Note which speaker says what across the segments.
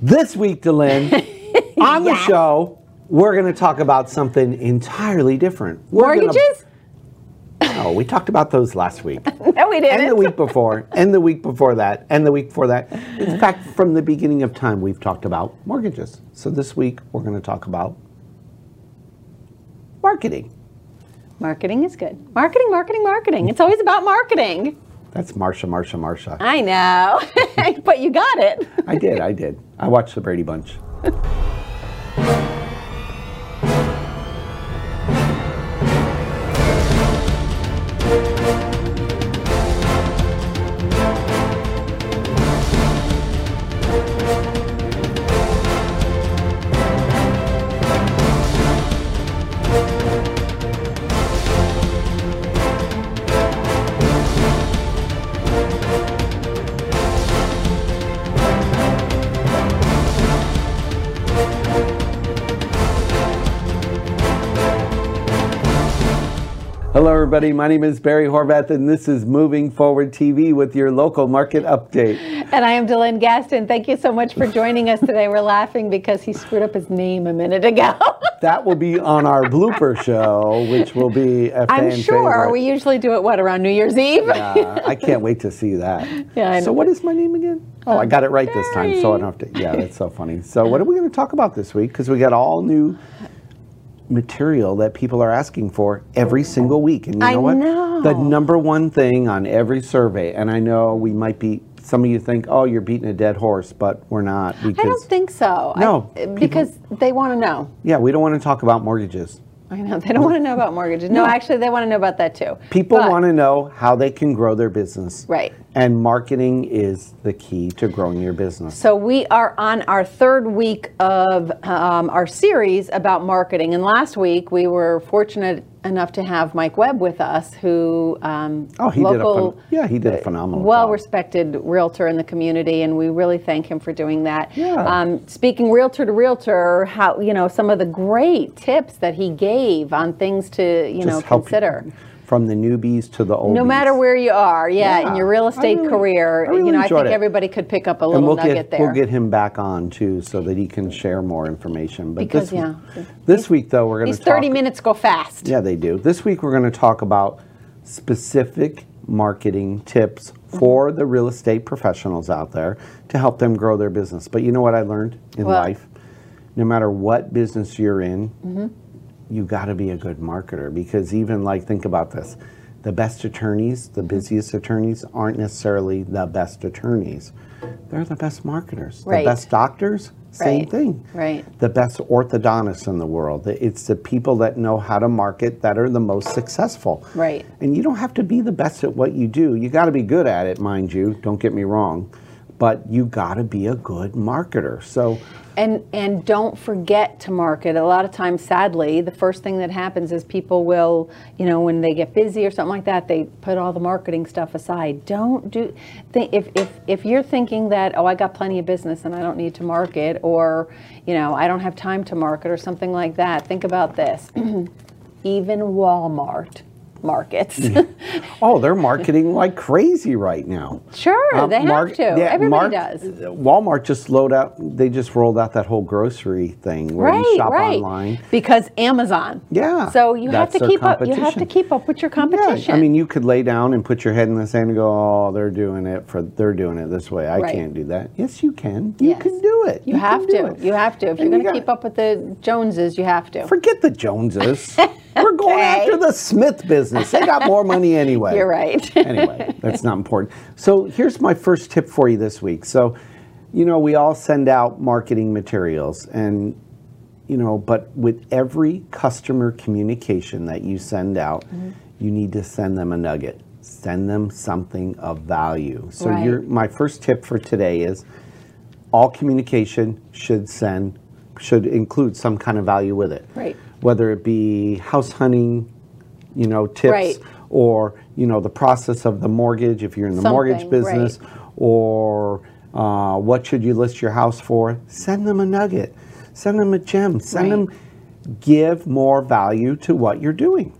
Speaker 1: This week, Delin, on the
Speaker 2: Yes.
Speaker 1: show, we're going to talk about something entirely different. We're gonna-
Speaker 2: Mortgages?
Speaker 1: no, we talked about those last week.
Speaker 2: No, we didn't.
Speaker 1: and the week before, and the week before that, and the week before that. In fact, from the beginning of time, we've talked about mortgages. So this week, we're going to talk about marketing.
Speaker 2: marketing is good. Marketing, marketing, marketing. It's always about marketing.
Speaker 1: That's Marsha, Marsha, Marsha.
Speaker 2: I know, but you got it.
Speaker 1: I did, I did. I watched the Brady Bunch. Hello, everybody. My name is Barry Horvath, and this is Moving Forward TV with your local market update.
Speaker 2: And I am Dylan Gaston. Thank you so much for joining us today. We're laughing because he screwed up his name a minute ago.
Speaker 1: That will be on our blooper show, which will be a fan
Speaker 2: I'm sure
Speaker 1: favorite.
Speaker 2: we usually do it what around New Year's Eve.
Speaker 1: Yeah, Uh, I can't wait to see that.
Speaker 2: Yeah, I
Speaker 1: so
Speaker 2: know.
Speaker 1: what is my name again? Oh, I got it right this time, so I
Speaker 2: Barry.
Speaker 1: don't have to. Yeah, that's so funny. So what are we going to talk about this week? Because we got all new material that people are asking for every single week, and you know
Speaker 2: I
Speaker 1: what?
Speaker 2: know.
Speaker 1: The number one thing on every survey, and I know we might be. Some of you think, oh, you're beating a dead horse, but we're not because
Speaker 2: I don't think so. I-
Speaker 1: No, people-
Speaker 2: because they want to know.
Speaker 1: yeah, we don't want to talk about mortgages.
Speaker 2: I know they don't want to know about mortgages. No, actually, they want to know about that too.
Speaker 1: People
Speaker 2: But-
Speaker 1: want to know how they can grow their business.
Speaker 2: Right.
Speaker 1: And marketing is the key to growing your business.
Speaker 2: So we are on our third week of um, our series about marketing, and last week we were fortunate enough to have Mike Webb with us, who um,
Speaker 1: Oh, he did a
Speaker 2: local,
Speaker 1: phen- yeah, he did a phenomenal. job.
Speaker 2: well-respected realtor in the community, and we really thank him for doing that.
Speaker 1: Yeah.
Speaker 2: Um, speaking realtor to realtor, how you know some of the great tips that he gave on things to you know
Speaker 1: Just help
Speaker 2: consider.
Speaker 1: from the newbies to the oldies.
Speaker 2: No matter where you are, yeah,
Speaker 1: Yeah.
Speaker 2: in your real
Speaker 1: I
Speaker 2: estate
Speaker 1: really-
Speaker 2: career,
Speaker 1: I really
Speaker 2: you know, I
Speaker 1: enjoyed
Speaker 2: think
Speaker 1: it.
Speaker 2: everybody could pick up a
Speaker 1: and
Speaker 2: little
Speaker 1: we'll
Speaker 2: nugget
Speaker 1: get
Speaker 2: there.
Speaker 1: we'll get him back on too, so that he can share more information. But
Speaker 2: Because,
Speaker 1: this,
Speaker 2: yeah.
Speaker 1: this week though we're going
Speaker 2: These
Speaker 1: to talk.
Speaker 2: 30 minutes go fast.
Speaker 1: Yeah, they do. This week we're going to talk about specific marketing tips for
Speaker 2: Mm-hmm.
Speaker 1: the real estate professionals out there to help them grow their business. But you know what I learned in
Speaker 2: What?
Speaker 1: life? No matter what business you're in,
Speaker 2: Mm-hmm.
Speaker 1: you got to be a good marketer because even like think about this. The best attorneys,
Speaker 2: Mm-hmm.
Speaker 1: the busiest attorneys aren't necessarily the best attorneys. They're the best marketers.
Speaker 2: Right.
Speaker 1: The best doctors, same
Speaker 2: Right.
Speaker 1: thing
Speaker 2: Right.
Speaker 1: the best orthodontists in the world. It's the people that know how to market that are the most successful.
Speaker 2: Right.
Speaker 1: And you don't have to be the best at what you do. You got to be good at it, mind you. Don't get me wrong. But you got to be a good marketer. So,
Speaker 2: And and don't forget to market. A lot of times, sadly, the first thing that happens is people will, you know, when they get busy or something like that, they put all the marketing stuff aside. Don't do. Think, if if if you're thinking that oh, I got plenty of business and I don't need to market, or you know, I don't have time to market or something like that. Think about this. Even Walmart markets.
Speaker 1: oh, they're marketing like crazy right now.
Speaker 2: sure,
Speaker 1: Uh,
Speaker 2: they have
Speaker 1: mark-
Speaker 2: to.
Speaker 1: yeah,
Speaker 2: Everybody
Speaker 1: mark-
Speaker 2: does.
Speaker 1: Walmart just load out. They just rolled out that whole grocery thing where
Speaker 2: right,
Speaker 1: you shop
Speaker 2: right.
Speaker 1: online.
Speaker 2: Because Amazon.
Speaker 1: Yeah,
Speaker 2: So you have
Speaker 1: that's
Speaker 2: to
Speaker 1: their
Speaker 2: keep up. You have to
Speaker 1: competition.
Speaker 2: keep up with your competition.
Speaker 1: Yeah, I mean, you could lay down and put your head in the sand and go, "Oh, they're doing it for they're doing it this way. I
Speaker 2: Right.
Speaker 1: can't do that." Yes, you can. You
Speaker 2: Yes.
Speaker 1: can do it.
Speaker 2: you,
Speaker 1: can
Speaker 2: have
Speaker 1: do
Speaker 2: to.
Speaker 1: it.
Speaker 2: You have to. If
Speaker 1: And
Speaker 2: you're
Speaker 1: you
Speaker 2: going to
Speaker 1: got-
Speaker 2: keep up with the Joneses, you have to.
Speaker 1: Forget the Joneses. We're going
Speaker 2: Okay.
Speaker 1: after the Smith business. They got more money anyway.
Speaker 2: You're right.
Speaker 1: anyway, that's not important. So here's my first tip for you this week. So, you know, we all send out marketing materials and you know, but with every customer communication that you send out,
Speaker 2: Mm-hmm.
Speaker 1: you need to send them a nugget. Send them something of value. So
Speaker 2: Right.
Speaker 1: your my first tip for today is all communication should send should include some kind of value with it.
Speaker 2: Right.
Speaker 1: Whether it be house hunting, you know, tips
Speaker 2: Right.
Speaker 1: or, you know, the process of the mortgage if you're in the mortgage
Speaker 2: Something, right.
Speaker 1: business or uh, what should you list your house for? Send them a nugget. Send them a gem. Send
Speaker 2: Right.
Speaker 1: them give more value to what you're doing.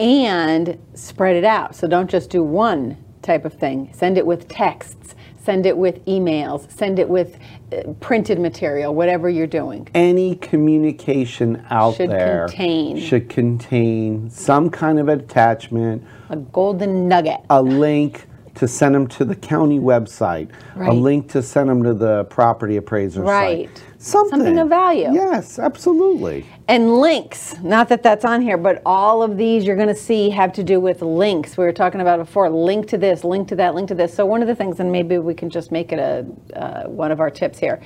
Speaker 2: and spread it out. So don't just do one type of thing. Send it with texts. send it with emails, send it with uh, printed material, whatever you're doing.
Speaker 1: any communication out
Speaker 2: Should
Speaker 1: there
Speaker 2: contain.
Speaker 1: should contain some kind of attachment,
Speaker 2: A golden nugget.
Speaker 1: a link to send them to the county website, a
Speaker 2: Right.
Speaker 1: link to send them to the property appraiser
Speaker 2: Right.
Speaker 1: site. Something.
Speaker 2: Something of value.
Speaker 1: Yes, absolutely.
Speaker 2: And links, not that that's on here, but all of these you're going to see have to do with links. We were talking about it before link to this, link to that, link to this. So, one of the things, and maybe we can just make it a uh, one of our tips here.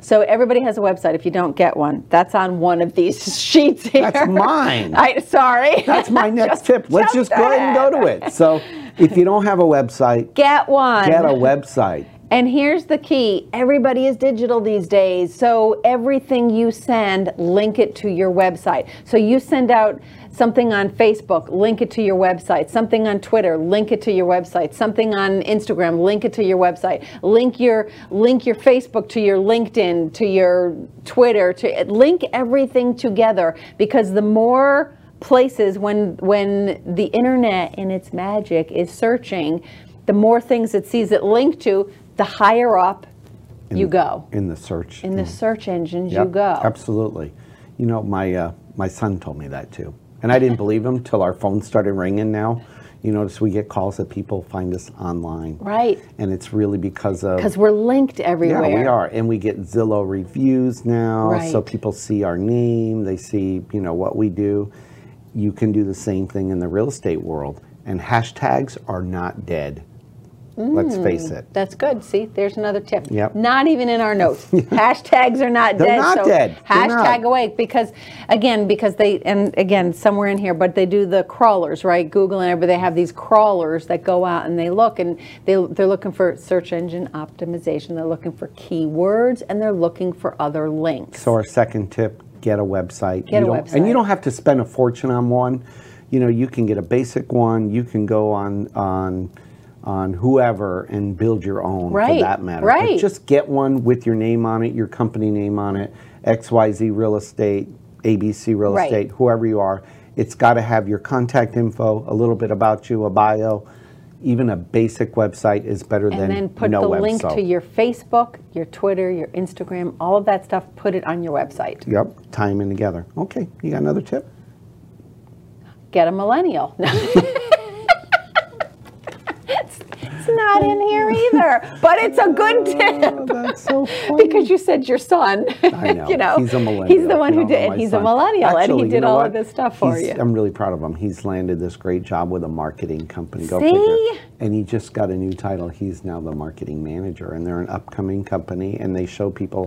Speaker 2: So, everybody has a website if you don't get one. That's on one of these sheets here.
Speaker 1: That's mine.
Speaker 2: I, sorry.
Speaker 1: That's my next tip. Let's just go ahead and go to it. So if you don't have a website,
Speaker 2: get one.
Speaker 1: get a website.
Speaker 2: And here's the key everybody is digital these days. So everything you send, link it to your website. So you send out something on Facebook, link it to your website. Something on Twitter, link it to your website. Something on Instagram, link it to your website. Link your link your Facebook to your LinkedIn, to your Twitter, to link everything together because the more places when when the internet in its magic is searching the more things it sees it linked to the higher up you go
Speaker 1: in the search.
Speaker 2: in the search engines
Speaker 1: Yep,
Speaker 2: you go
Speaker 1: Absolutely. You know, my uh, my son told me that too, and I didn't believe him till our phone started ringing. Now, you notice we get calls that people find us online,
Speaker 2: right
Speaker 1: and it's really because of
Speaker 2: because we're linked everywhere
Speaker 1: yeah, we are, and we get Zillow reviews now, so
Speaker 2: Right.
Speaker 1: people see our name, they see you know what we do. You can do the same thing in the real estate world, and hashtags are not dead. Let's face it.
Speaker 2: that's good see there's another tip
Speaker 1: Yep.
Speaker 2: not even in our notes hashtags are not
Speaker 1: They're
Speaker 2: dead
Speaker 1: not
Speaker 2: so
Speaker 1: dead. They're not.
Speaker 2: hashtag awake because again because they and again somewhere in here but they do the crawlers right google and everybody they have these crawlers that go out and they look and they, they're looking for search engine optimization they're looking for keywords and they're looking for other links
Speaker 1: So our second tip, get a website.
Speaker 2: Get
Speaker 1: You
Speaker 2: a
Speaker 1: don't- And you
Speaker 2: website.
Speaker 1: don't have to spend a fortune on one. You know, you can get a basic one. You can go on on on whoever and build your own
Speaker 2: Right,
Speaker 1: for that matter. But
Speaker 2: right.
Speaker 1: just get one with your name on it, your company name on it, XYZ Real Estate, ABC Real
Speaker 2: Right.
Speaker 1: Estate, whoever you are. It's got to have your contact info, a little bit about you, a bio. Even a basic website is better than
Speaker 2: and then put
Speaker 1: no
Speaker 2: the
Speaker 1: website.
Speaker 2: link to your facebook your twitter your instagram all of that stuff put it on your website
Speaker 1: Yep, tie 'em in together. Okay, you got another tip?
Speaker 2: get a millennial. it's, it's not in here either, but it's a good tip.
Speaker 1: Oh, that's so funny.
Speaker 2: Because you said your son,
Speaker 1: I know.
Speaker 2: you know,
Speaker 1: he's a millennial.
Speaker 2: He's the one
Speaker 1: You
Speaker 2: who
Speaker 1: know,
Speaker 2: did.
Speaker 1: my
Speaker 2: He's
Speaker 1: son.
Speaker 2: a millennial,
Speaker 1: Actually,
Speaker 2: and he
Speaker 1: you
Speaker 2: did
Speaker 1: know
Speaker 2: all
Speaker 1: what?
Speaker 2: of this stuff for
Speaker 1: He's-
Speaker 2: you.
Speaker 1: I'm really proud of him. He's landed this great job with a marketing company. Go
Speaker 2: See?
Speaker 1: figure. And he just got a new title. He's now the marketing manager, and they're an upcoming company, and they show people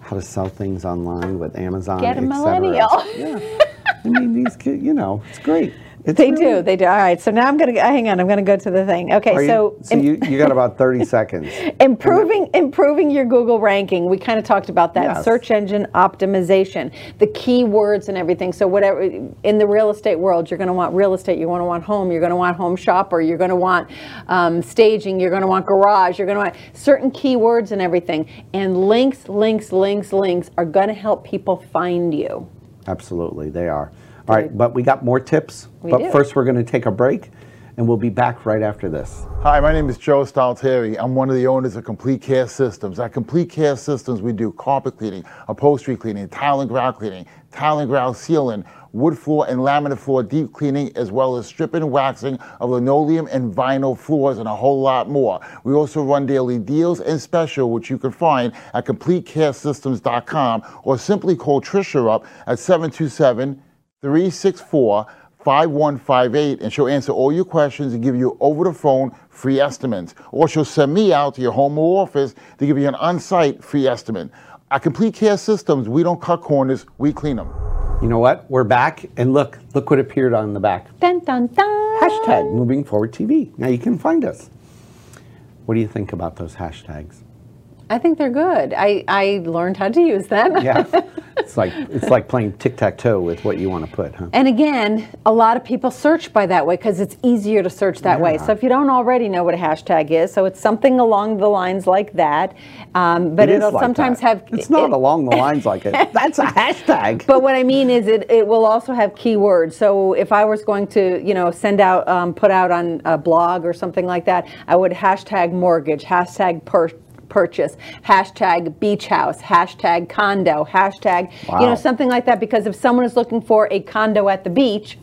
Speaker 1: how to sell things online with Amazon.
Speaker 2: Get
Speaker 1: et
Speaker 2: a
Speaker 1: cetera.
Speaker 2: millennial.
Speaker 1: Yeah. I mean, these kids. You know, it's great. It's
Speaker 2: they
Speaker 1: really-
Speaker 2: do. They do. All right. So now I'm gonna hang on. I'm gonna go to the thing. Okay.
Speaker 1: Are you-
Speaker 2: so
Speaker 1: so you, you got about 30 seconds.
Speaker 2: improving improving your google ranking we kind of talked about that
Speaker 1: Yes.
Speaker 2: search engine optimization the keywords and everything so whatever in the real estate world you're going to want real estate you're going to want home you're going to want home shopper you're going to want um, staging you're going to want garage you're going to want certain keywords and everything and links links links links are going to help people find you
Speaker 1: Absolutely, they are. All right, but we got more tips.
Speaker 2: We
Speaker 1: but
Speaker 2: do.
Speaker 1: first, we're going to take a break, and we'll be back right after this.
Speaker 3: Hi, my name is Joe Staltieri. I'm one of the owners of Complete Care Systems. At Complete Care Systems, we do carpet cleaning, upholstery cleaning, tile and grout cleaning, tile and grout sealing, wood floor and laminate floor deep cleaning, as well as stripping and waxing of linoleum and vinyl floors and a whole lot more. We also run daily deals and special, which you can find at CompleteCareSystems.com or simply call Trisha up at 727 364 5158 and she'll answer all your questions and give you over the phone free estimates. Or she'll send me out to your home or office to give you an on site free estimate. At Complete Care Systems, we don't cut corners, we clean them.
Speaker 1: You know what? We're back, and look, look what appeared on the back.
Speaker 2: dun dun dun
Speaker 1: Hashtag Moving Forward TV. Now you can find us. What do you think about those hashtags?
Speaker 2: I think they're good. I, I learned how to use them.
Speaker 1: Yeah. it's like it's like playing tic tac toe with what you want to put, huh?
Speaker 2: And again, a lot of people search by that way because it's easier to search that way. So if you don't already know what a hashtag is, so it's something along the lines like that. Um, but
Speaker 1: It is
Speaker 2: it'll
Speaker 1: like
Speaker 2: sometimes
Speaker 1: that.
Speaker 2: have.
Speaker 1: It's not
Speaker 2: it-
Speaker 1: along the lines like it. That's a hashtag.
Speaker 2: But what I mean is, it, it will also have keywords. So if I was going to, you know, send out, um, put out on a blog or something like that, I would hashtag mortgage, hashtag pur- purchase, hashtag beach house, hashtag condo, hashtag, you know,
Speaker 1: Wow.
Speaker 2: something like that. Because if someone is looking for a condo at the beach,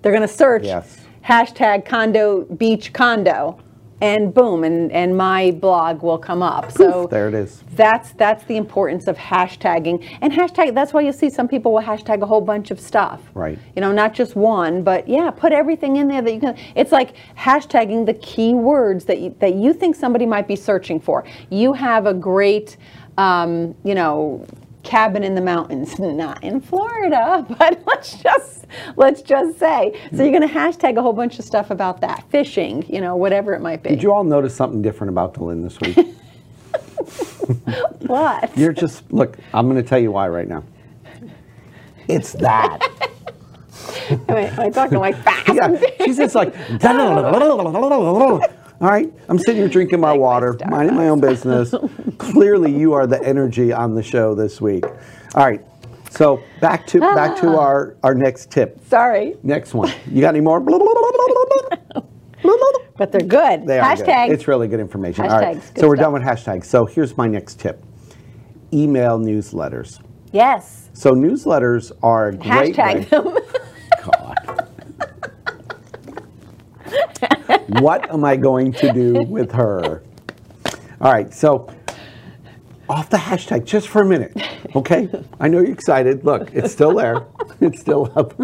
Speaker 2: they're going to search
Speaker 1: Yes.
Speaker 2: hashtag condo beach condo, and boom, and and my blog will come up. so
Speaker 1: there it is.
Speaker 2: that's that's the importance of hashtagging and hashtag. That's why you see some people will hashtag a whole bunch of stuff.
Speaker 1: Right.
Speaker 2: You know, not just one, but yeah, put everything in there that you can. It's like hashtagging the key words that you, that you think somebody might be searching for. You have a great, um, you know, cabin in the mountains, not in Florida, but let's just let's just say. So you're going to hashtag a whole bunch of stuff about that, fishing, you know, whatever it might be.
Speaker 1: Did you all notice something different about Delin this week?
Speaker 2: what?
Speaker 1: You're just look. I'm going to tell you why right now. It's that.
Speaker 2: Am I, am I talking like fast?
Speaker 1: yeah, she's just like. All right, I'm sitting here drinking my water,
Speaker 2: Starbucks.
Speaker 1: minding my own business. Clearly, you are the energy on the show this week. All right, so back to back to our our next tip.
Speaker 2: Sorry.
Speaker 1: Next one. You got any more?
Speaker 2: But they're good.
Speaker 1: They are good.
Speaker 2: Hashtag.
Speaker 1: It's really good information. All right.
Speaker 2: Hashtags, good
Speaker 1: So we're
Speaker 2: stuff.
Speaker 1: done with hashtags. So here's my next tip. Email newsletters.
Speaker 2: yes.
Speaker 1: So newsletters are a great.
Speaker 2: Hashtag
Speaker 1: way-
Speaker 2: them.
Speaker 1: God. what am I going to do with her? All right, so off the hashtag just for a minute, okay? I know you're excited. Look, it's still there, it's still up.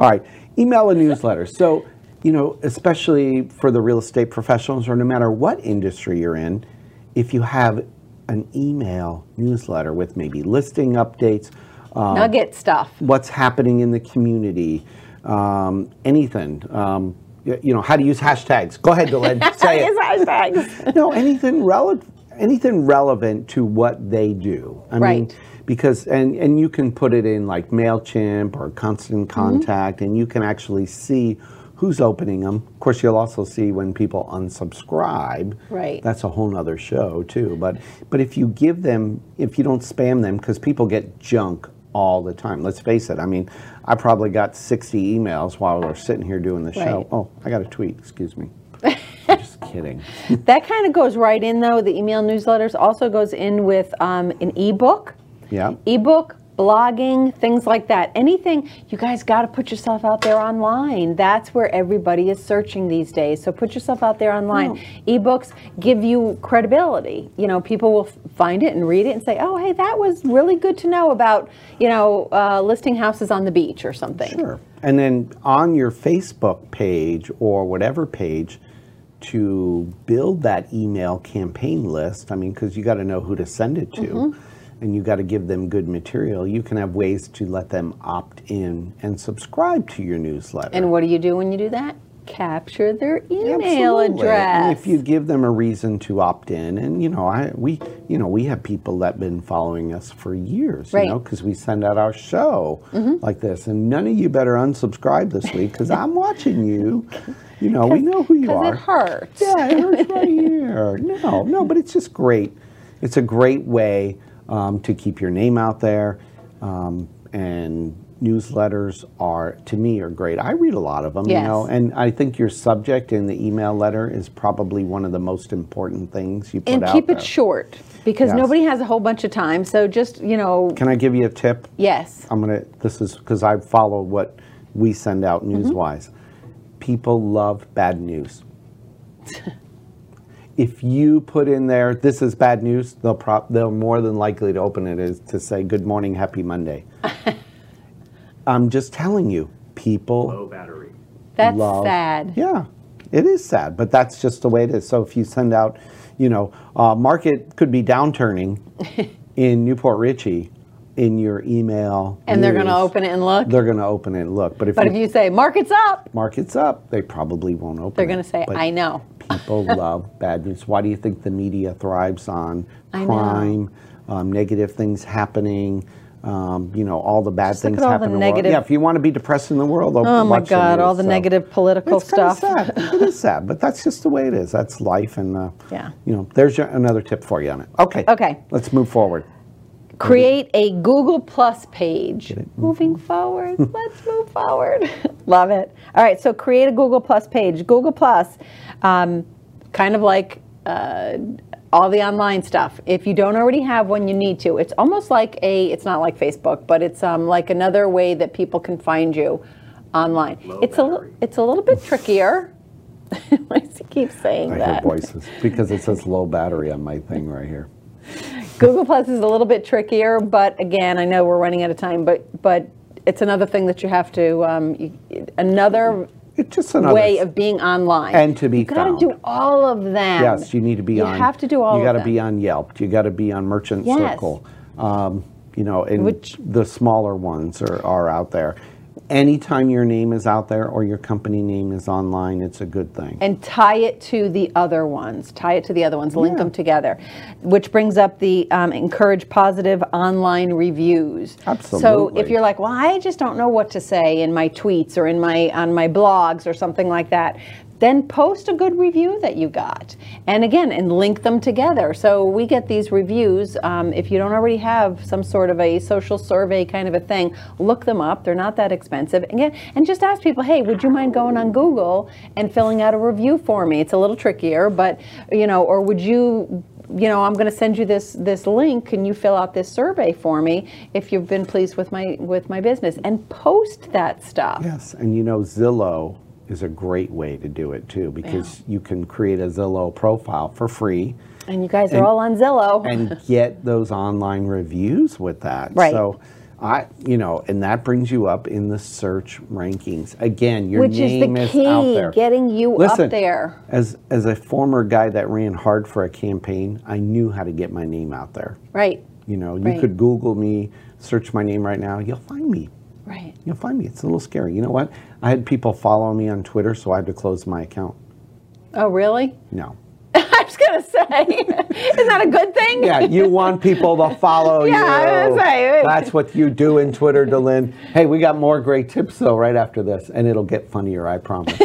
Speaker 1: All right, email a newsletter. So, you know, especially for the real estate professionals or no matter what industry you're in, if you have an email newsletter with maybe listing updates, um,
Speaker 2: Nugget stuff.
Speaker 1: what's happening in the community, um, anything. Um, y- you know, how to use hashtags. Go ahead, Dylan. say it.
Speaker 2: hashtags.
Speaker 1: No, anything relevant. Anything relevant to what they do. I mean,
Speaker 2: Right.
Speaker 1: because and and you can put it in like Mailchimp or Constant
Speaker 2: Mm-hmm.
Speaker 1: Contact, and you can actually see who's opening them. Of course, you'll also see when people unsubscribe.
Speaker 2: Right.
Speaker 1: That's a whole nother show too. But but if you give them, if you don't spam them, because people get junk all the time. Let's face it. I mean, I probably got 60 emails while we're sitting here doing the
Speaker 2: Right.
Speaker 1: show. Oh, I got a tweet. Excuse me. I'm just kidding.
Speaker 2: that kind of goes right in though. The email newsletters also goes in with um, an ebook.
Speaker 1: Yeah.
Speaker 2: Ebook, blogging, things like that. Anything you guys got to put yourself out there online. That's where everybody is searching these days. So put yourself out there online.
Speaker 1: Hmm.
Speaker 2: Ebooks give you credibility. You know, people will f- find it and read it and say, "Oh, hey, that was really good to know about." You know, uh, listing houses on the beach or something.
Speaker 1: Sure. And then on your Facebook page or whatever page, to build that email campaign list, I mean, because you got to know who to send it to and you got to give them good material, you can have ways to let them opt in and subscribe to your newsletter.
Speaker 2: And what do you do when you do that? Capture their email
Speaker 1: Absolutely.
Speaker 2: address.
Speaker 1: And if you give them a reason to opt in, and you know, I we you know we have people that been following us for years,
Speaker 2: Right. Mm-hmm.
Speaker 1: you know, because we send out our show like this, and none of you better unsubscribe this week because I'm watching you. You know, we know who you
Speaker 2: because
Speaker 1: are.
Speaker 2: it hurts.
Speaker 1: Yeah, it hurts right here. No, no, but it's just great. It's a great way um, to keep your name out there, um, and newsletters are to me are great. I read a lot of them, you know,
Speaker 2: Yes.
Speaker 1: and I think your subject in the email letter is probably one of the most important things you put
Speaker 2: and
Speaker 1: out
Speaker 2: keep
Speaker 1: there.
Speaker 2: it short because
Speaker 1: Yes.
Speaker 2: nobody has a whole bunch of time. So just you know,
Speaker 1: Can I give you a tip?
Speaker 2: yes,
Speaker 1: I'm gonna. This is because I follow what we send out
Speaker 2: Mm-hmm.
Speaker 1: news-wise. People love bad news. if you put in there, "This is bad news," they'll prop. They're more than likely to open it is to say, "Good morning, happy Monday." I'm just telling you, people
Speaker 4: low battery.
Speaker 2: that's
Speaker 1: love-
Speaker 2: sad.
Speaker 1: Yeah, it is sad, but that's just the way it is. So if you send out, you know, uh, market could be downturning in Newport Richey in your email,
Speaker 2: And they're going to
Speaker 1: news,
Speaker 2: open it and look.
Speaker 1: They're going to open it and look, but if
Speaker 2: But
Speaker 1: you,
Speaker 2: if you say market's up,
Speaker 1: market's up, they probably won't open.
Speaker 2: they're
Speaker 1: it.
Speaker 2: going to say
Speaker 1: But
Speaker 2: I know.
Speaker 1: People love bad news. Why do you think the media thrives on
Speaker 2: I know.
Speaker 1: crime, um, negative things happening? Um, you know, all the bad
Speaker 2: look
Speaker 1: things
Speaker 2: at all
Speaker 1: happen
Speaker 2: the
Speaker 1: in the world.
Speaker 2: negative-
Speaker 1: Yeah, if you want to be depressed in the world,
Speaker 2: Oh my God! All the negative political
Speaker 1: it's kinda
Speaker 2: stuff.
Speaker 1: Sad. it is sad, but that's just the way it is. That's life, and uh,
Speaker 2: Yeah.
Speaker 1: you know, there's your, another tip for you on it. Okay.
Speaker 2: Okay.
Speaker 1: Let's move forward.
Speaker 2: Create a Google Plus page. Moving forward, let's move forward. Love it. All right, so create a Google Plus page. Google Plus, um, kind of like uh, all the online stuff. If you don't already have one, you need to. It's almost like a. It's not like Facebook, but it's um, like another way that people can find you online. it's a. li- It's a little bit trickier. I keep saying
Speaker 1: I
Speaker 2: that.
Speaker 1: hear voices because it says low battery on my thing right here.
Speaker 2: Google Plus is a little bit trickier, but again, I know we're running out of time, but but it's another thing that you have to um, you- another
Speaker 1: It's just another
Speaker 2: way of being online
Speaker 1: And to be
Speaker 2: You got to
Speaker 1: found.
Speaker 2: do all of them.
Speaker 1: Yes, you need to be
Speaker 2: Um, You
Speaker 1: on.
Speaker 2: have to do all.
Speaker 1: You
Speaker 2: got to
Speaker 1: gotta be on Yelp. You got to be on Merchant
Speaker 2: Yes.
Speaker 1: Circle. Um, you know, and
Speaker 2: Which-
Speaker 1: the smaller ones are, are out there. Anytime your name is out there or your company name is online, it's a good thing.
Speaker 2: and tie it to the other ones. Tie it to the other ones. Link
Speaker 1: Yeah.
Speaker 2: them together, which brings up the um, encourage positive online reviews. So if
Speaker 1: Absolutely.
Speaker 2: you're like, well, I just don't know what to say in my tweets or in my on my blogs or something like that. Then post a good review that you got, and again, and link them together. So we get these reviews. Um, if you don't already have some sort of a social survey kind of a thing, look them up. They're not that expensive. Again, and just ask people, hey, would you mind going on Google and filling out a review for me? It's a little trickier, but you know, or would you you know, I'm going to send you this this link. Can you fill out this survey for me if you've been pleased with my with my business and post that stuff.
Speaker 1: Yes, and you know Zillow is a great way to do it too because you can create a Zillow profile for free
Speaker 2: And you guys are all on Zillow.
Speaker 1: and get those online reviews with that.
Speaker 2: Right.
Speaker 1: So I, you know, and that brings you up in the search rankings. Again, your
Speaker 2: Which is the
Speaker 1: name is, out
Speaker 2: key,
Speaker 1: there.
Speaker 2: getting you up
Speaker 1: Listen,
Speaker 2: there.
Speaker 1: As as a former guy that ran hard for a campaign, I knew how to get my name out there.
Speaker 2: right.
Speaker 1: You know, you
Speaker 2: Right.
Speaker 1: could Google me, search my name right now, you'll find me.
Speaker 2: Right.
Speaker 1: You'll find me. It's a little scary. You know what? I had people follow me on Twitter, so I had to close my account.
Speaker 2: Oh, really?
Speaker 1: No.
Speaker 2: I was going to say. Isn't that a good thing?
Speaker 1: Yeah, you want people to follow
Speaker 2: Yeah, I
Speaker 1: you.
Speaker 2: was like,
Speaker 1: That's what you do in Twitter, DeLynn. Hey, we got more great tips though right after this, and it'll get funnier, I promise.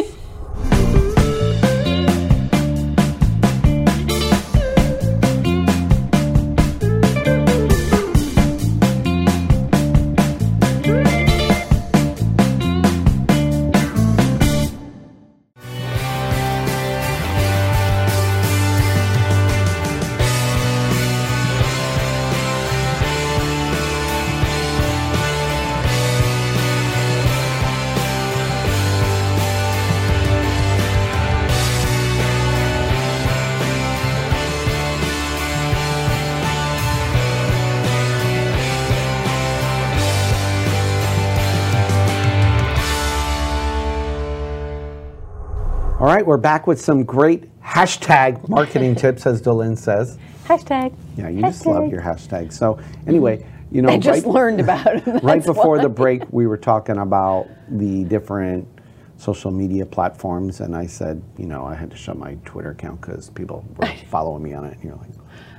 Speaker 1: All right, we're back with some great hashtag marketing tips, as DeLynn says.
Speaker 2: Hashtag.
Speaker 1: Yeah, you just love
Speaker 2: Hashtag.
Speaker 1: your hashtag. So anyway, you know,
Speaker 2: I just
Speaker 1: right-
Speaker 2: learned about it.
Speaker 1: right
Speaker 2: That's
Speaker 1: before
Speaker 2: why.
Speaker 1: the break, we were talking about the different social media platforms, and I said, you know, I had to shut my Twitter account because people were following me on it. And you're like,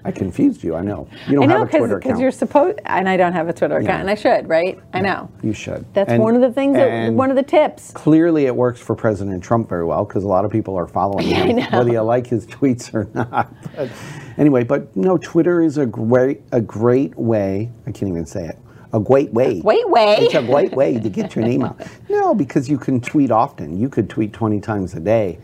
Speaker 1: I confused you. I know you don't
Speaker 2: I know
Speaker 1: have a Twitter
Speaker 2: because
Speaker 1: account.
Speaker 2: you're supposed, and I don't have a Twitter account, and I should, right? I know.
Speaker 1: you should.
Speaker 2: That's
Speaker 1: And-
Speaker 2: one of the things that
Speaker 1: and
Speaker 2: one of the tips.
Speaker 1: Clearly, it works for President Trump very well because a lot of people are following
Speaker 2: I
Speaker 1: him,
Speaker 2: know.
Speaker 1: whether you like his tweets or not. But anyway, but no, Twitter is a great, a great way. I can't even say it. A great way.
Speaker 2: Wait, wait.
Speaker 1: It's a great way to get your name out. No, because you can tweet often. You could tweet 20 times a day,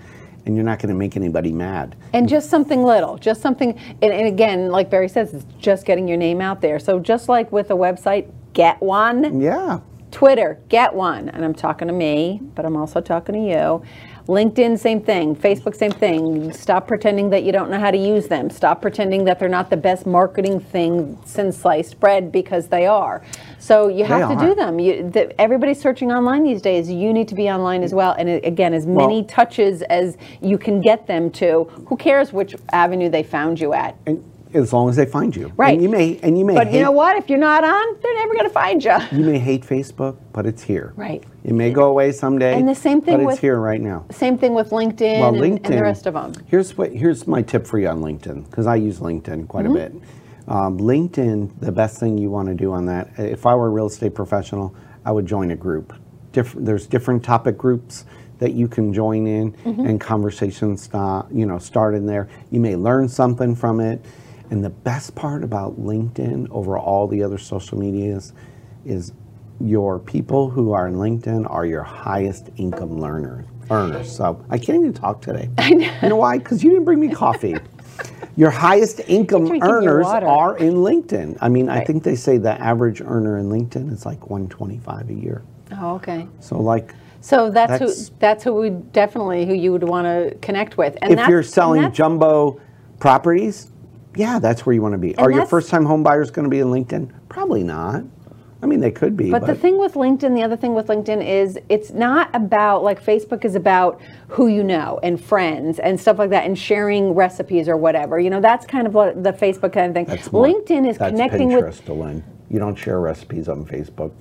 Speaker 1: and you're not going to make anybody mad.
Speaker 2: And just something little, just something, and, and again, like Barry says, it's just getting your name out there. So just like with a website, get one.
Speaker 1: Yeah.
Speaker 2: Twitter, get one. And I'm talking to me, but I'm also talking to you. LinkedIn, same thing. Facebook, same thing. Stop pretending that you don't know how to use them. Stop pretending that they're not the best marketing thing since sliced bread because they are. So you have to
Speaker 1: are.
Speaker 2: do them. You, the, everybody's searching online these days. You need to be online as well. And it- again, as many
Speaker 1: Well-
Speaker 2: touches as you can get them to. Who cares which avenue they found you at?
Speaker 1: And as long as they find you.
Speaker 2: Right.
Speaker 1: And you may and you may
Speaker 2: But
Speaker 1: hate,
Speaker 2: you know what? If you're not on, they're never going to find you.
Speaker 1: you may hate Facebook, but it's here.
Speaker 2: Right.
Speaker 1: It may go away someday.
Speaker 2: And the same thing
Speaker 1: but
Speaker 2: with-
Speaker 1: it's here right now.
Speaker 2: Same thing with LinkedIn,
Speaker 1: Well,
Speaker 2: and-
Speaker 1: LinkedIn.
Speaker 2: and the rest of them.
Speaker 1: Here's what. Here's my tip for you on LinkedIn because I use LinkedIn quite a
Speaker 2: Mm-hmm.
Speaker 1: bit. Um, LinkedIn, the best thing you want to do on that. If I were a real estate professional, I would join a group. Different. There's different topic groups that you can join in,
Speaker 2: Mm-hmm.
Speaker 1: and conversations start. You know, start in there. You may learn something from it. And the best part about LinkedIn over all the other social medias is your people who are in LinkedIn are your highest income learners. Earners. So I can't even talk today. I know. You know why? Because you didn't bring me coffee. your highest income
Speaker 2: drinking your
Speaker 1: earners
Speaker 2: water.
Speaker 1: are in LinkedIn. I mean, I
Speaker 2: Right.
Speaker 1: think they say the average earner in LinkedIn is like 125 a year.
Speaker 2: Oh, okay.
Speaker 1: So like,
Speaker 2: So that's,
Speaker 1: That's-
Speaker 2: who that's who we definitely who you would want to connect with. And
Speaker 1: if
Speaker 2: that's,
Speaker 1: you're
Speaker 2: and
Speaker 1: selling
Speaker 2: that's-
Speaker 1: jumbo properties, yeah, that's where you want to be. Are your
Speaker 2: that's-
Speaker 1: first-time home buyers going to be in LinkedIn? Probably not. I mean, they could be,
Speaker 2: But the thing with LinkedIn, the other thing with LinkedIn is it's not about like Facebook is about who you know and friends and stuff like that and sharing recipes or whatever. You know, that's kind of what the Facebook kind of thing.
Speaker 1: That's more-
Speaker 2: LinkedIn is
Speaker 1: that's
Speaker 2: connecting
Speaker 1: Pinterest,
Speaker 2: with
Speaker 1: Elaine. You don't share recipes on Facebook.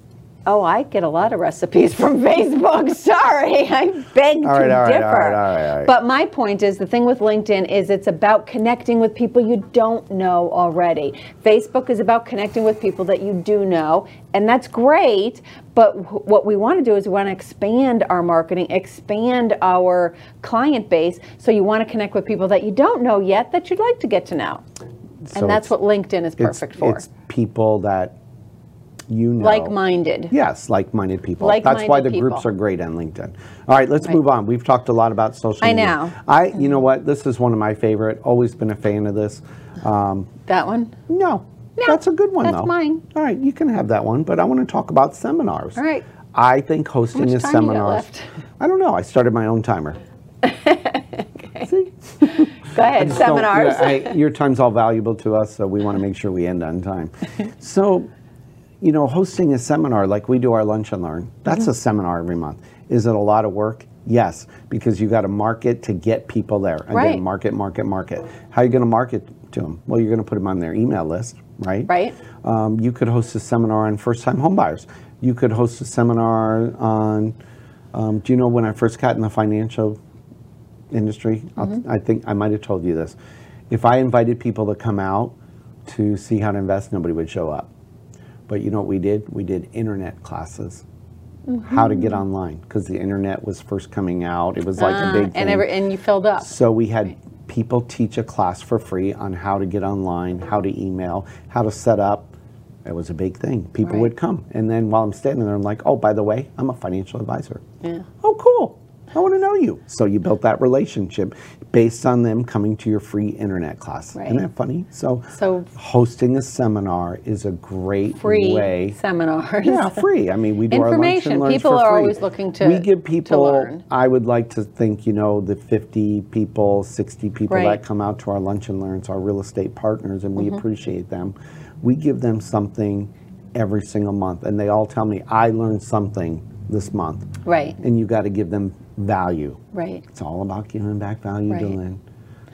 Speaker 2: Oh, I get a lot of recipes from Facebook. Sorry, I beg
Speaker 1: All right,
Speaker 2: to
Speaker 1: all right, all
Speaker 2: differ.
Speaker 1: right, all right, all right.
Speaker 2: But my point is the thing with LinkedIn is it's about connecting with people you don't know already. Facebook is about connecting with people that you do know, and that's great. But wh- what we want to do is we want to expand our marketing, expand our client base. So you want to connect with people that you don't know yet that you'd like to get to know.
Speaker 1: So
Speaker 2: and
Speaker 1: it's-
Speaker 2: that's what LinkedIn is
Speaker 1: It's-
Speaker 2: perfect for.
Speaker 1: It's people that you know.
Speaker 2: Like minded.
Speaker 1: Yes, like-minded people. That's why
Speaker 2: Like-minded
Speaker 1: the groups
Speaker 2: people.
Speaker 1: are great on LinkedIn. All right, let's move on. We've talked a lot about social.
Speaker 2: I
Speaker 1: media.
Speaker 2: know.
Speaker 1: I, you know what? This is one of my favorite. Always been a fan of this. Um,
Speaker 2: That one?
Speaker 1: no,
Speaker 2: No,
Speaker 1: that's a good one
Speaker 2: that's
Speaker 1: though.
Speaker 2: mine.
Speaker 1: All right, you can have that one. But I want to talk about seminars.
Speaker 2: All right.
Speaker 1: I think hosting
Speaker 2: much
Speaker 1: a
Speaker 2: time you got
Speaker 1: seminar.
Speaker 2: left?
Speaker 1: I don't know. I started my own timer. See.
Speaker 2: Go ahead,
Speaker 1: So,
Speaker 2: seminars.
Speaker 1: yeah, I- your time's all valuable to us, so we want to make sure we end on time. So, you know, hosting a seminar like we do our lunch and learn, that's
Speaker 2: Mm-hmm.
Speaker 1: a seminar every month. Is it a lot of work? Yes, because you got to market to get people there. Again,
Speaker 2: Right.
Speaker 1: market, market, market. How are you going to market to them? Well, you're going to put them on their email list, right?
Speaker 2: Right.
Speaker 1: Um, you could host a seminar on first-time homebuyers. You could host a seminar on. Um, do you know when I first got in the financial industry. I'll
Speaker 2: Mm-hmm.
Speaker 1: I think I might have told you this. If I invited people to come out to see how to invest, nobody would show up. But you know what we did? We did internet classes. How to get online because the internet was first coming out. It was like a
Speaker 2: Mm-hmm. Ah,
Speaker 1: big thing.
Speaker 2: and every, and you filled up.
Speaker 1: So we had people teach a class for free on how to get online, how to email, how to set up. It was a big thing. People
Speaker 2: Right.
Speaker 1: would come. And then while I'm standing there, I'm like, oh, by the way, I'm a financial advisor. Oh, cool. I want to know you. So you built that relationship based on them coming to your free internet class. Isn't
Speaker 2: Right.
Speaker 1: that funny? So,
Speaker 2: So-
Speaker 1: hosting a seminar is a great
Speaker 2: Free
Speaker 1: way.
Speaker 2: seminars.
Speaker 1: Yeah, free. I mean, we do
Speaker 2: Information.
Speaker 1: our lunch and learns
Speaker 2: People
Speaker 1: for
Speaker 2: are
Speaker 1: free.
Speaker 2: always looking to-
Speaker 1: We give
Speaker 2: to
Speaker 1: people.
Speaker 2: learn.
Speaker 1: I would like to think you know the 50 people, 60 people
Speaker 2: Right. Mm-hmm.
Speaker 1: that come out to our lunch and learns are real estate partners, and we appreciate them. We give them something every single month, and they all tell me I learned something this month.
Speaker 2: Right.
Speaker 1: And you got to give them value.
Speaker 2: Right.
Speaker 1: It's all about giving back value,
Speaker 2: Right.
Speaker 1: Dylan.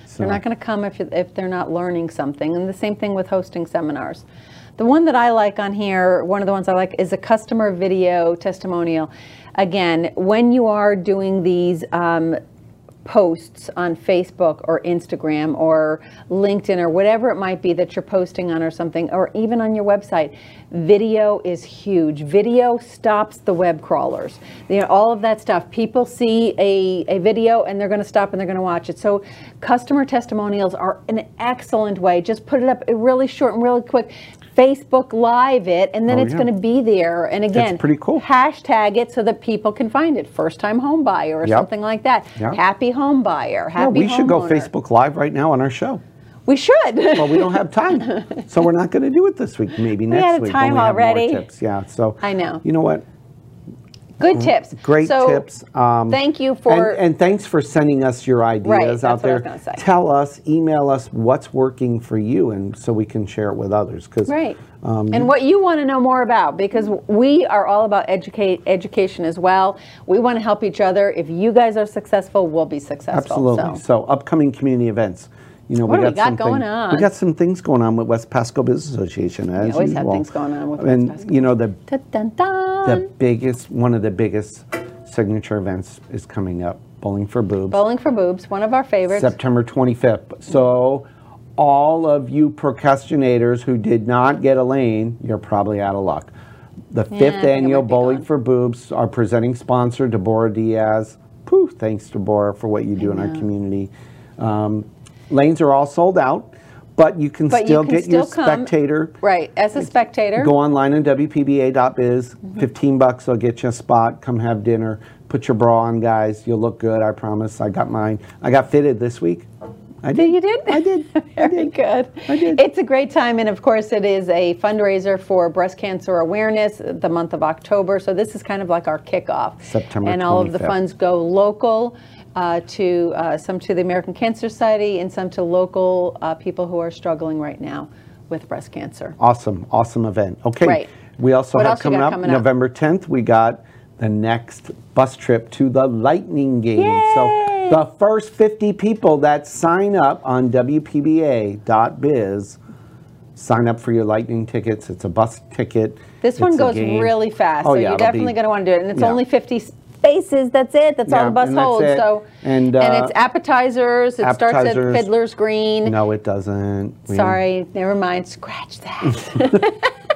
Speaker 1: So
Speaker 2: They're not going to come if, if they're not learning something. And the same thing with hosting seminars. The one that I like on here, one of the ones I like, is a customer video testimonial. Again, when you are doing these um, posts on Facebook or Instagram or LinkedIn or whatever it might be that you're posting on or something, or even on your website, video is huge. Video stops the web crawlers. You know, all of that stuff. People see a, a video and they're going to stop and they're going to watch it. So customer testimonials are an excellent way. Just put it up really short and really quick. Facebook Live it, and then
Speaker 1: Oh,
Speaker 2: it's
Speaker 1: yeah.
Speaker 2: going to be there. And again,
Speaker 1: pretty cool.
Speaker 2: Hashtag it so that people can find it. First time home buyer or
Speaker 1: Yep.
Speaker 2: something like that.
Speaker 1: Yep.
Speaker 2: Happy home buyer. Happy
Speaker 1: Yeah, we should go
Speaker 2: homeowner.
Speaker 1: Facebook Live right now on our show.
Speaker 2: We should.
Speaker 1: Well, we don't have time, so we're not going to do it this week. Maybe next
Speaker 2: had
Speaker 1: week. when
Speaker 2: time
Speaker 1: we have more
Speaker 2: already.
Speaker 1: tips. Yeah. So
Speaker 2: I know.
Speaker 1: You know what?
Speaker 2: Good tips.
Speaker 1: Great
Speaker 2: So,
Speaker 1: tips. Um,
Speaker 2: thank you
Speaker 1: and-
Speaker 2: for.
Speaker 1: and, thanks for sending us your ideas
Speaker 2: Right, that's
Speaker 1: out
Speaker 2: what I
Speaker 1: there.
Speaker 2: was gonna say.
Speaker 1: Tell us, email us what's working for you, and so we can share it with others. Because
Speaker 2: Right.
Speaker 1: um,
Speaker 2: and what you want to know more about, because we are all about educate education as well. We want to help each other. If you guys are successful, we'll be successful.
Speaker 1: Absolutely. So.
Speaker 2: So,
Speaker 1: upcoming community events. You know,
Speaker 2: What
Speaker 1: we got,
Speaker 2: do we got
Speaker 1: some
Speaker 2: going
Speaker 1: thing-
Speaker 2: on?
Speaker 1: We got some things going on with West Pasco Business Association. As
Speaker 2: always have
Speaker 1: usual.
Speaker 2: things going on with West
Speaker 1: and,
Speaker 2: Pasco.
Speaker 1: you know, the
Speaker 2: Dun, dun, dun.
Speaker 1: the biggest, one of the biggest signature events is coming up, Bowling for Boobs.
Speaker 2: Bowling for Boobs, one of our favorites.
Speaker 1: September 25th. So, all of you procrastinators who did not get a lane, you're probably out of luck. The
Speaker 2: I
Speaker 1: fifth
Speaker 2: think I
Speaker 1: annual
Speaker 2: might be
Speaker 1: Bowling
Speaker 2: gone.
Speaker 1: for Boobs, our presenting sponsor, Deborah Diaz. Poof, thanks, Deborah, for what you do in our community. Um, lanes are all sold out, but you can
Speaker 2: But you
Speaker 1: still
Speaker 2: can
Speaker 1: get your
Speaker 2: still come.
Speaker 1: spectator.
Speaker 2: right, as a spectator.
Speaker 1: Go online on WPBA.biz.
Speaker 2: Mm-hmm.
Speaker 1: 15 bucks will get you a spot. Come have dinner. Put your bra on, guys. You'll look good, I promise. I got mine. I got fitted this week. I
Speaker 2: Yeah,
Speaker 1: did.
Speaker 2: You did?
Speaker 1: I did. I
Speaker 2: Very
Speaker 1: did.
Speaker 2: good.
Speaker 1: I did.
Speaker 2: It's a great time, and of course, it is a fundraiser for breast cancer awareness the month of October. So this is kind of like our kickoff.
Speaker 1: September
Speaker 2: And all of the
Speaker 1: 25th.
Speaker 2: funds go local uh, to uh, some to the American Cancer Society and some to local uh, people who are struggling right now with breast cancer.
Speaker 1: Awesome, awesome event. Okay.
Speaker 2: Right.
Speaker 1: We also
Speaker 2: What
Speaker 1: have
Speaker 2: else you
Speaker 1: coming
Speaker 2: got
Speaker 1: up,
Speaker 2: coming up?
Speaker 1: November 10th, we got the next bus trip to the Lightning Game.
Speaker 2: Yay!
Speaker 1: So the first 50 people that sign up on WPBA.biz sign up for your Lightning tickets. It's a bus ticket.
Speaker 2: This one
Speaker 1: It's a
Speaker 2: goes
Speaker 1: game.
Speaker 2: really fast,
Speaker 1: Oh,
Speaker 2: so
Speaker 1: yeah,
Speaker 2: you're
Speaker 1: it'll
Speaker 2: definitely
Speaker 1: be-
Speaker 2: going to want to do it. And it's
Speaker 1: yeah.
Speaker 2: only 50 spaces. That's it. That's all
Speaker 1: Yeah,
Speaker 2: the bus
Speaker 1: and that's
Speaker 2: holds.
Speaker 1: it.
Speaker 2: So
Speaker 1: And, uh,
Speaker 2: it's appetizers. It starts at
Speaker 1: appetizers.
Speaker 2: Fiddler's Green.
Speaker 1: No, it doesn't. We-
Speaker 2: Sorry, never mind. Scratch that.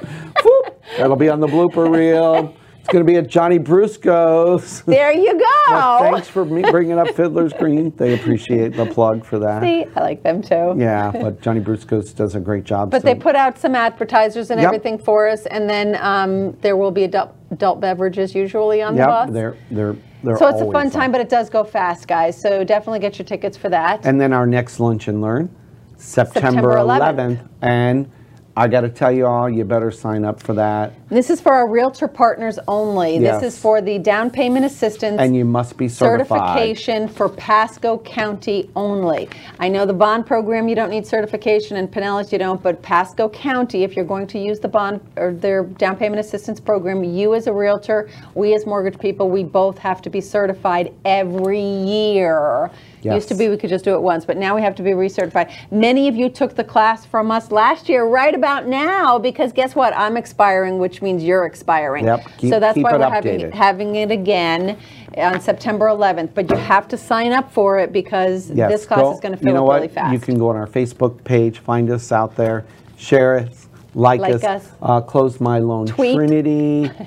Speaker 1: That'll be on the blooper reel. It's going to be at Johnny Brusco's.
Speaker 2: there you go.
Speaker 1: Thanks for me bringing up Fiddler's Green. They appreciate the plug for that.
Speaker 2: See, I like them too.
Speaker 1: Yeah, but Johnny Brusco's does a great job.
Speaker 2: But
Speaker 1: so-
Speaker 2: they put out some advertisers and
Speaker 1: Yep.
Speaker 2: everything for us, and then um, there will be adult, adult beverages usually on
Speaker 1: yep,
Speaker 2: the bus.
Speaker 1: they're they're they're.
Speaker 2: so it's a
Speaker 1: always
Speaker 2: fun
Speaker 1: on.
Speaker 2: time, but it does go fast, guys. So definitely get your tickets for that.
Speaker 1: And then our next lunch and learn, September,
Speaker 2: September 11th.
Speaker 1: 11th. and I got to tell you all, you better sign up for that,
Speaker 2: This is for our realtor partners only.
Speaker 1: Yes.
Speaker 2: This is for the down payment assistance
Speaker 1: and you must be certified.
Speaker 2: certification for Pasco County only. I know the bond program, you don't need certification, and Pinellas, you don't, but Pasco County, if you're going to use the bond or their down payment assistance program, you as a realtor, we as mortgage people, we both have to be certified every year. Used to
Speaker 1: Yes.
Speaker 2: be we could just do it once, but now we have to be recertified. Many of you took the class from us last year, right about now, because guess what? I'm expiring, which means you're expiring.
Speaker 1: Yep. Keep-
Speaker 2: so that's
Speaker 1: keep
Speaker 2: why
Speaker 1: it
Speaker 2: we're having,
Speaker 1: updated.
Speaker 2: having it again on September 11th, but you have to sign up for it because
Speaker 1: Yes,
Speaker 2: this class
Speaker 1: go-
Speaker 2: is going to
Speaker 1: you
Speaker 2: fill
Speaker 1: know
Speaker 2: up
Speaker 1: what?
Speaker 2: really fast.
Speaker 1: You can go on our Facebook page, find us out there, share us, like,
Speaker 2: Like
Speaker 1: us,
Speaker 2: us.
Speaker 1: Uh, close my loan
Speaker 2: Tweet.
Speaker 1: Trinity.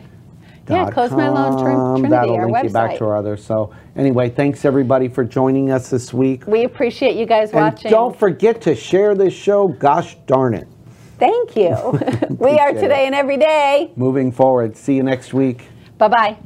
Speaker 2: Yeah, Close My Loan Trin-
Speaker 1: com.
Speaker 2: Trinity,
Speaker 1: That'll
Speaker 2: our
Speaker 1: link you back to
Speaker 2: website.
Speaker 1: our other. So anyway, thanks everybody for joining us this week.
Speaker 2: we appreciate you guys
Speaker 1: And
Speaker 2: watching.
Speaker 1: don't forget to share this show. Gosh darn it.
Speaker 2: Thank you. we are
Speaker 1: Appreciate it.
Speaker 2: today and every day.
Speaker 1: Moving forward. See you next week.
Speaker 2: Bye bye.